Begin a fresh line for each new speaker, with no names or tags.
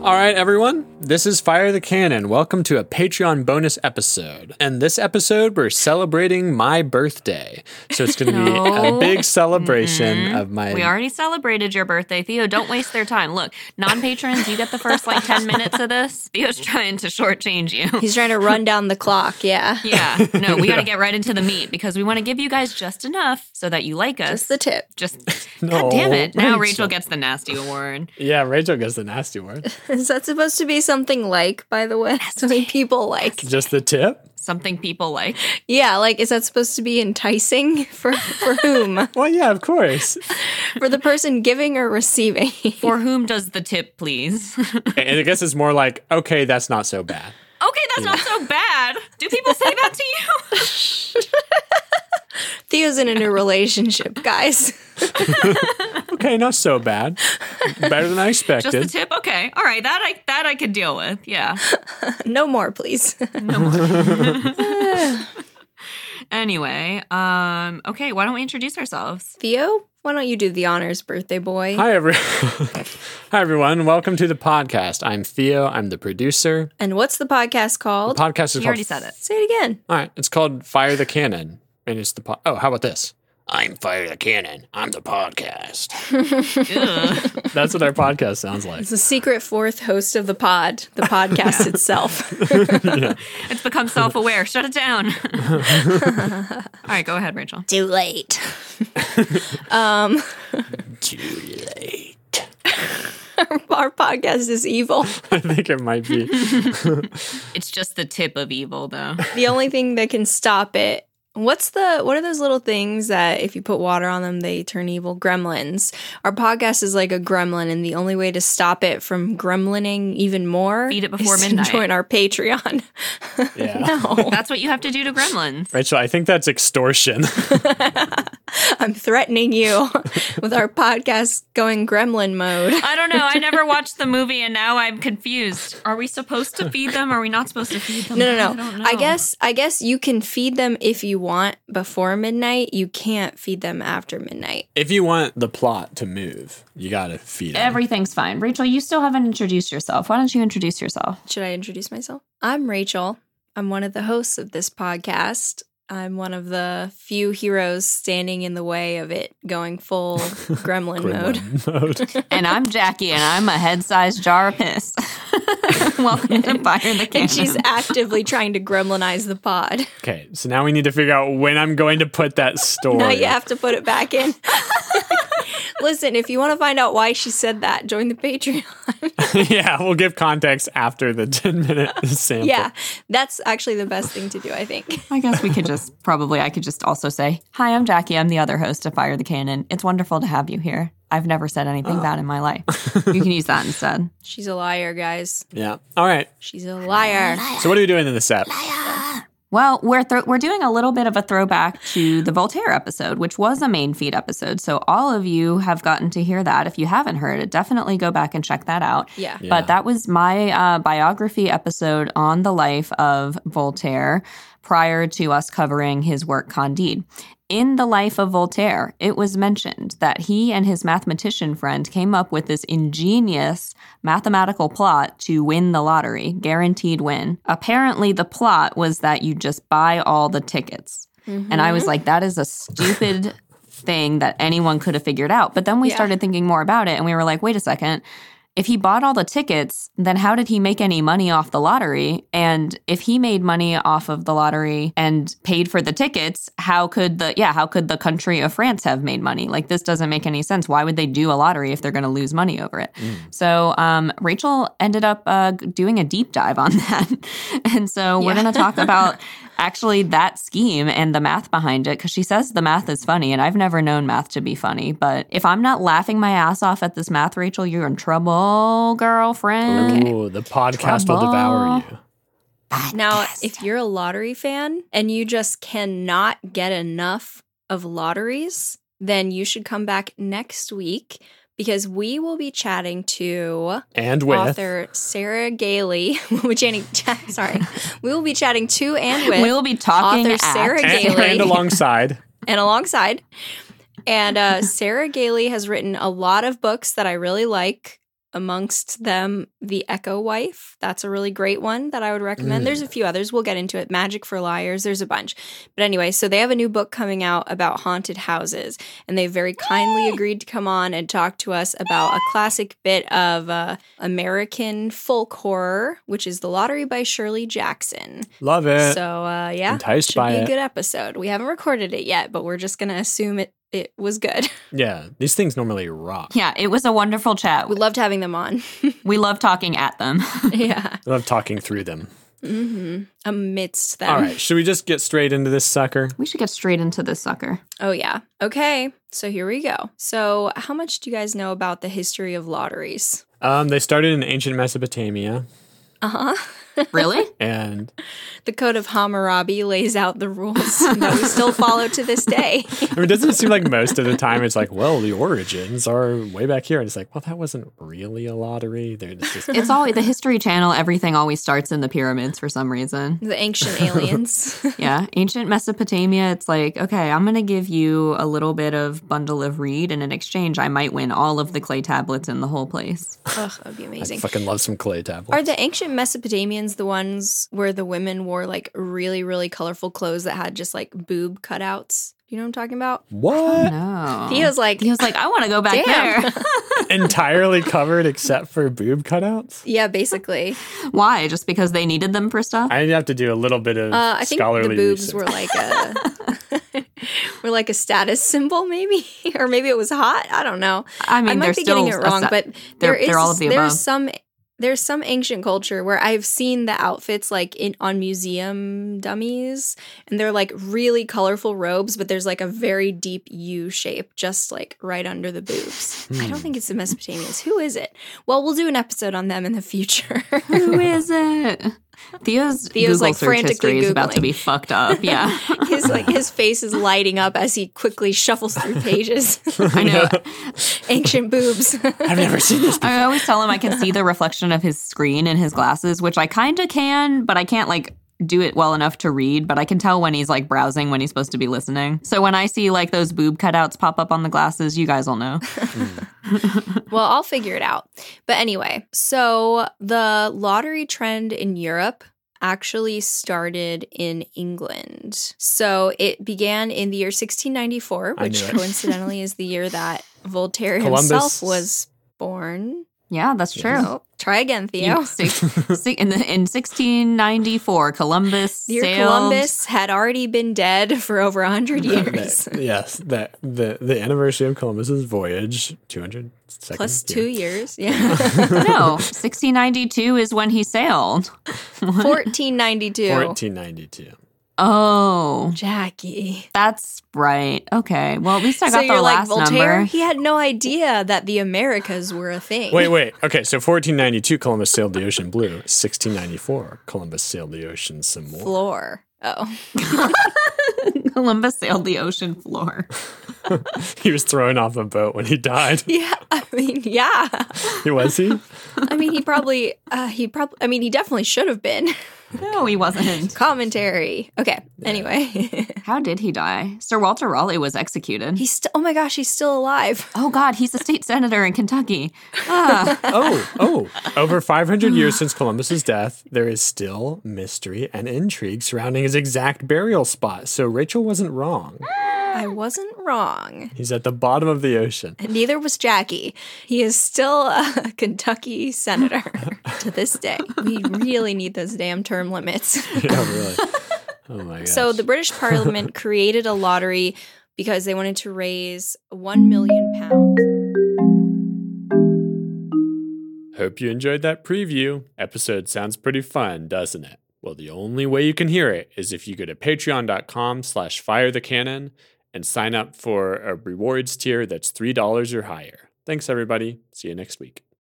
All right, everyone. This is Fire the Cannon. Welcome to a Patreon bonus episode. And this episode, we're celebrating my birthday. So it's going to be a
No. Mm-hmm.
big celebration of my.
We already celebrated your birthday, Theo. Don't waste their time. Look, non patrons, you get the first like 10 minutes of this. Theo's trying to shortchange you.
He's trying to run down the clock. Yeah.
Yeah, no, we got to get right into the meat because we want to give you guys just enough so that you like us.
Just the tip.
Just,
No,
God damn it. Now
Rachel.
Rachel gets the nasty award.
Yeah, Rachel gets the nasty word.
Is that supposed to be something like, by the way? Something people like.
Just the tip?
Something people like.
Yeah, like is that supposed to be enticing for for whom?
Well, yeah, of course.
for the person giving or receiving?
For whom does the tip please? okay,
and I guess it's more like, okay, that's not so bad.
that's not so bad. Do people say that to you?
Theo's in a new relationship, guys.
Okay, not so bad. Better than I
Just the
expected.
tip? Okay. All right, that I that I could deal with. Yeah.
No more, please.
Anyway, um okay, why don't we introduce ourselves?
Theo, why don't you do the honors, birthday boy?
Hi, every- Hi, everyone. Welcome to the podcast. I'm Theo. I'm the producer.
And what's the podcast
The
called?
podcast is
You
called
already said it.
Say it again.
All right, it's called Fire the Cannon, and it's the po- oh, how about this? I'm Fire the Cannon. I'm the podcast.
Ugh.
That's what our podcast sounds like.
It's the secret fourth host of the pod, the podcast itself.
it's become self-aware. Shut it down. All right, go ahead, Rachel.
Too late. um,
Too late.
our podcast is evil.
I think it might be.
It's just the tip of evil though.
the only thing that can stop it. What's the what are those little things that if you put water on them they turn evil? Gremlins. Our podcast is like a gremlin, and the only way to stop it from gremlining even more
Feed it before
is
midnight.
To join our Patreon.
Yeah.
no,
That's what you have to do to gremlins.
Rachel, I think that's extortion.
I'm threatening you with our podcast going gremlin mode.
I don't know. I never watched the movie and now I'm confused. Are we supposed to feed them? Are we not supposed to feed them?
No, no,
I
no.
don't know.
I, guess I guess you can feed them if you want before midnight. You can't feed them after midnight.
if you want the plot to move, you gotta feed it.
everything's fine. Rachel, you still haven't introduced yourself. Why don't you introduce yourself?
Should I introduce myself? I'm Rachel. I'm one of the hosts of this podcast. I'm one of the few heroes standing in the way of it going full gremlin, mode.
mode.
And I'm Jackie and I'm a head sized jar of piss. Welcome to Fire the Cannon.
And she's actively trying to gremlinize the pod.
okay, so now we need to figure out when I'm going to put that story.
Now you have to put it back in. Listen, if you want to find out why she said that, join the Patreon.
yeah, we'll give context after the 10 minute sample.
Yeah, that's actually the best thing to do, I think.
I guess we could just probably, I could just also say, Hi, I'm Jackie. I'm the other host of Fire the Cannon. It's wonderful to have you here. I've never said anything bad in my life. You can use that instead.
She's a liar, guys.
Yeah. All right.
She's a liar.
So, what are we doing in this app?
Well, we're thro- we're doing a little bit of a throwback to the Voltaire episode, which was a main feed episode. So all of you have gotten to hear that. If you haven't heard it, definitely go back and check that out.
Yeah.
Yeah.
But that was my uh, biography episode on the life of Voltaire prior to us covering his work Candide. In the life of Voltaire, it was mentioned that he and his mathematician friend came up with this ingenious mathematical plot to win the lottery, guaranteed win. Apparently, the plot was that you just buy all the tickets. And I was
Mm-hmm.
like, that is a stupid thing that anyone could have figured out. But then we
Yeah.
started thinking more about it and we were like, wait a second. If he bought all the tickets, then how did he make any money off the lottery? And if he made money off of the lottery and paid for the tickets, how could the yeah, how could the country of France have made money? Like this doesn't make any sense. Why would they do a lottery if they're going to lose money over it? So um, Rachel ended up uh, doing a deep dive on that, and so we're
Yeah.
going to talk about actually that scheme and the math behind it because she says the math is funny and i've never known math to be funny but if i'm not laughing my ass off at this math rachel you're in trouble girlfriend
Ooh, the podcast will devour you.
Now, if you're a lottery fan and you just cannot get enough of lotteries, then you should come back next week because we will be chatting to
And with.
author Sarah Gailey. We'll be chatting, chat, sorry. We will be chatting to and with
we'll be talking
author
at-
Sarah
And,
Gailey
and alongside.
and alongside. And uh, Sarah Gailey has written a lot of books that I really like. amongst them the echo wife that's a really great one that i would recommend
Mm.
there's a few others we'll get into it magic for liars there's a bunch but anyway so they have a new book coming out about haunted houses and they very kindly agreed to come on and talk to us about a classic bit of uh, american folk horror which is the lottery by shirley jackson
Love it.
so uh, yeah
enticed
should
by
be a
it.
good episode we haven't recorded it yet but we're just gonna assume it it was good.
yeah, these things normally rock.
Yeah, it was a wonderful chat.
We loved having them on.
We love talking at them.
yeah.
I love talking through them.
hmm Amidst them.
All right, should we just get straight into this sucker?
we should get straight into this sucker.
Oh, yeah. Okay. So here we go. So, how much do you guys know about the history of lotteries?
Um, they started in ancient Mesopotamia,
Uh huh.
Really?
and
The Code of Hammurabi lays out the rules that we still follow to this day.
I mean, doesn't it seem like most of the time it's like, well, the origins are way back here, and it's like, well, that wasn't really a lottery. They're just
It's always the History Channel, everything always starts in the pyramids for some reason.
The ancient aliens.
Yeah, ancient Mesopotamia, it's like, okay, I'm going to give you a little bit of bundle of reed, and in exchange, I might win all of the clay tablets in the whole place.
Ugh, that would be
I
amazing.
fucking love some clay tablets.
Are the ancient Mesopotamians the ones where the women wore like really, really colorful clothes that had just like boob cutouts? You know what I'm talking about?
what
No.
Theo's like,
Theo's like, I want to go back
Damn.
there.
entirely covered except for boob cutouts?
yeah, basically.
Why? Just because they needed them for stuff?
I'd have to do a little bit of
Uh, I think
scholarly
the boobs
research.
were like a were like a status symbol, maybe, or maybe it was hot. I don't know.
I mean,
I might
they're
be
still
getting it
a
wrong,
se-
but
they're-
there is
they're all of the
there's
above.
some there's some ancient culture where I've seen the outfits like in on museum dummies, and they're like really colorful robes, but there's like a very deep U shape, just like right under the boobs. I don't
Hmm.
think it's the Mesopotamians. Who is it? Well, we'll do an episode on them in the future.
who is it? Theo's,
Theo's,
Google
like,
search history
frantically
is about to
Googling.
be fucked up. Yeah.
his like his face is lighting up as he quickly shuffles through pages.
I know.
Ancient boobs.
I've never seen this.
I always tell him I can see the reflection of his screen in his glasses, which I kind of can, but I can't like do it well enough to read, but I can tell when he's like browsing when he's supposed to be listening. So when I see like those boob cutouts pop up on the glasses, you guys will know.
well, I'll figure it out. But anyway, so the lottery trend in Europe actually started in England. So it began in the year 1694,
I
which
knew it.
coincidentally is the year that Voltaire
Columbus.
himself was born.
Yeah, that's true.
Yes.
Oh, try again,
You-
Theo.
six- si- in, the, in 1694, Columbus
Dear
sailed.
Columbus had already been dead for over a 100 years.
That- yes, that the the anniversary of Columbus's voyage, two hundred
Plus
seconds
two years. Yeah.
No, 1692 is when he sailed.
1492.
fourteen ninety two.
Oh,
Jackie.
that's right. Okay. Well, at least I got
so
the
you're like
last
Voltaire?
number.
He had no idea that the Americas were a thing.
Wait, wait. Okay, so fourteen ninety two, Columbus sailed the ocean blue. Sixteen ninety four, Columbus sailed the ocean some more.
Floor. Oh.
Columbus sailed the ocean floor.
He was thrown off a boat when he died.
Yeah. I mean, yeah.
was he?
I mean, he probably, uh, he probably, I mean, he definitely should have been.
No, he wasn't.
Commentary. Okay. Anyway.
How did he die? Sir Walter Raleigh was executed.
he's still, oh my gosh, he's still alive.
Oh God, he's a state senator in Kentucky. Ah.
Oh, oh. Over 500 years since Columbus's death, there is still mystery and intrigue surrounding his exact burial spot. So Rachel wasn't wrong.
I wasn't wrong.
He's at the bottom of the ocean.
Neither was Jackie. He is still a Kentucky senator to this day. We really need those damn term limits.
Yeah, really. Oh my god.
So the British Parliament created a lottery because they wanted to raise one million pounds.
Hope you enjoyed that preview. Episode sounds pretty fun, doesn't it? Well, the only way you can hear it is if you go to patreon.com slash fire the cannon and sign up for a rewards tier that's $3 or higher. Thanks, everybody. See you next week.